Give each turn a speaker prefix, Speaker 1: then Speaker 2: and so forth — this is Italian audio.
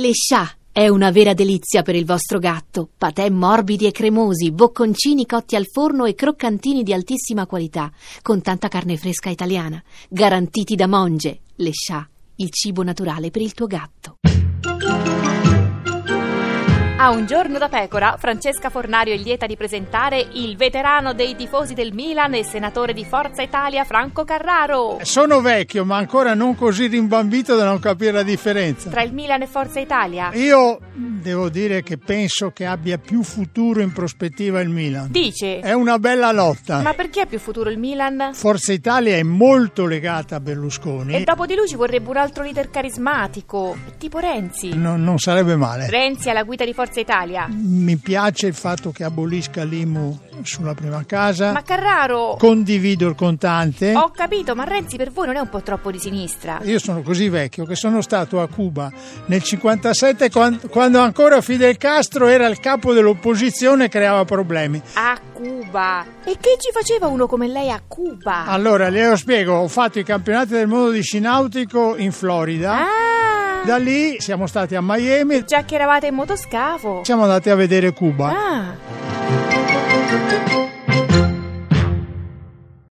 Speaker 1: Le scià è una vera delizia per il vostro gatto. Patè morbidi e cremosi, bocconcini cotti al forno e croccantini di altissima qualità, con tanta carne fresca italiana, garantiti da Monge. Le scià, il cibo naturale per il tuo gatto.
Speaker 2: A un giorno da pecora, Francesca Fornario è lieta di presentare il veterano dei tifosi del Milan e senatore di Forza Italia Franco Carraro.
Speaker 3: Sono vecchio, ma ancora non così rimbambito da non capire la differenza.
Speaker 2: Tra il Milan e Forza Italia.
Speaker 3: Io devo dire che penso che abbia più futuro in prospettiva il Milan.
Speaker 2: Dice,
Speaker 3: È una bella lotta.
Speaker 2: ma perché ha più futuro il Milan?
Speaker 3: Forza Italia è molto legata a Berlusconi.
Speaker 2: E dopo di lui ci vorrebbe un altro leader carismatico, tipo Renzi.
Speaker 3: No- non sarebbe male.
Speaker 2: Renzi alla guida di Forza Italia.
Speaker 3: Mi piace il fatto che abolisca l'IMU sulla prima casa.
Speaker 2: Ma Carraro,
Speaker 3: Condivido il contante.
Speaker 2: ho capito, ma Renzi per voi non è un po' troppo di sinistra.
Speaker 3: Io sono così vecchio che sono stato a Cuba nel 57 quan- quando ancora Fidel Castro era il capo dell'opposizione e creava problemi.
Speaker 2: A Cuba. E che ci faceva uno come lei a Cuba?
Speaker 3: Allora, glielo spiego, ho fatto i campionati del mondo di sci nautico in Florida.
Speaker 2: Ah,
Speaker 3: Da lì siamo stati a Miami,
Speaker 2: già che eravate in motoscafo.
Speaker 3: siamo andati a vedere Cuba.
Speaker 2: Ah.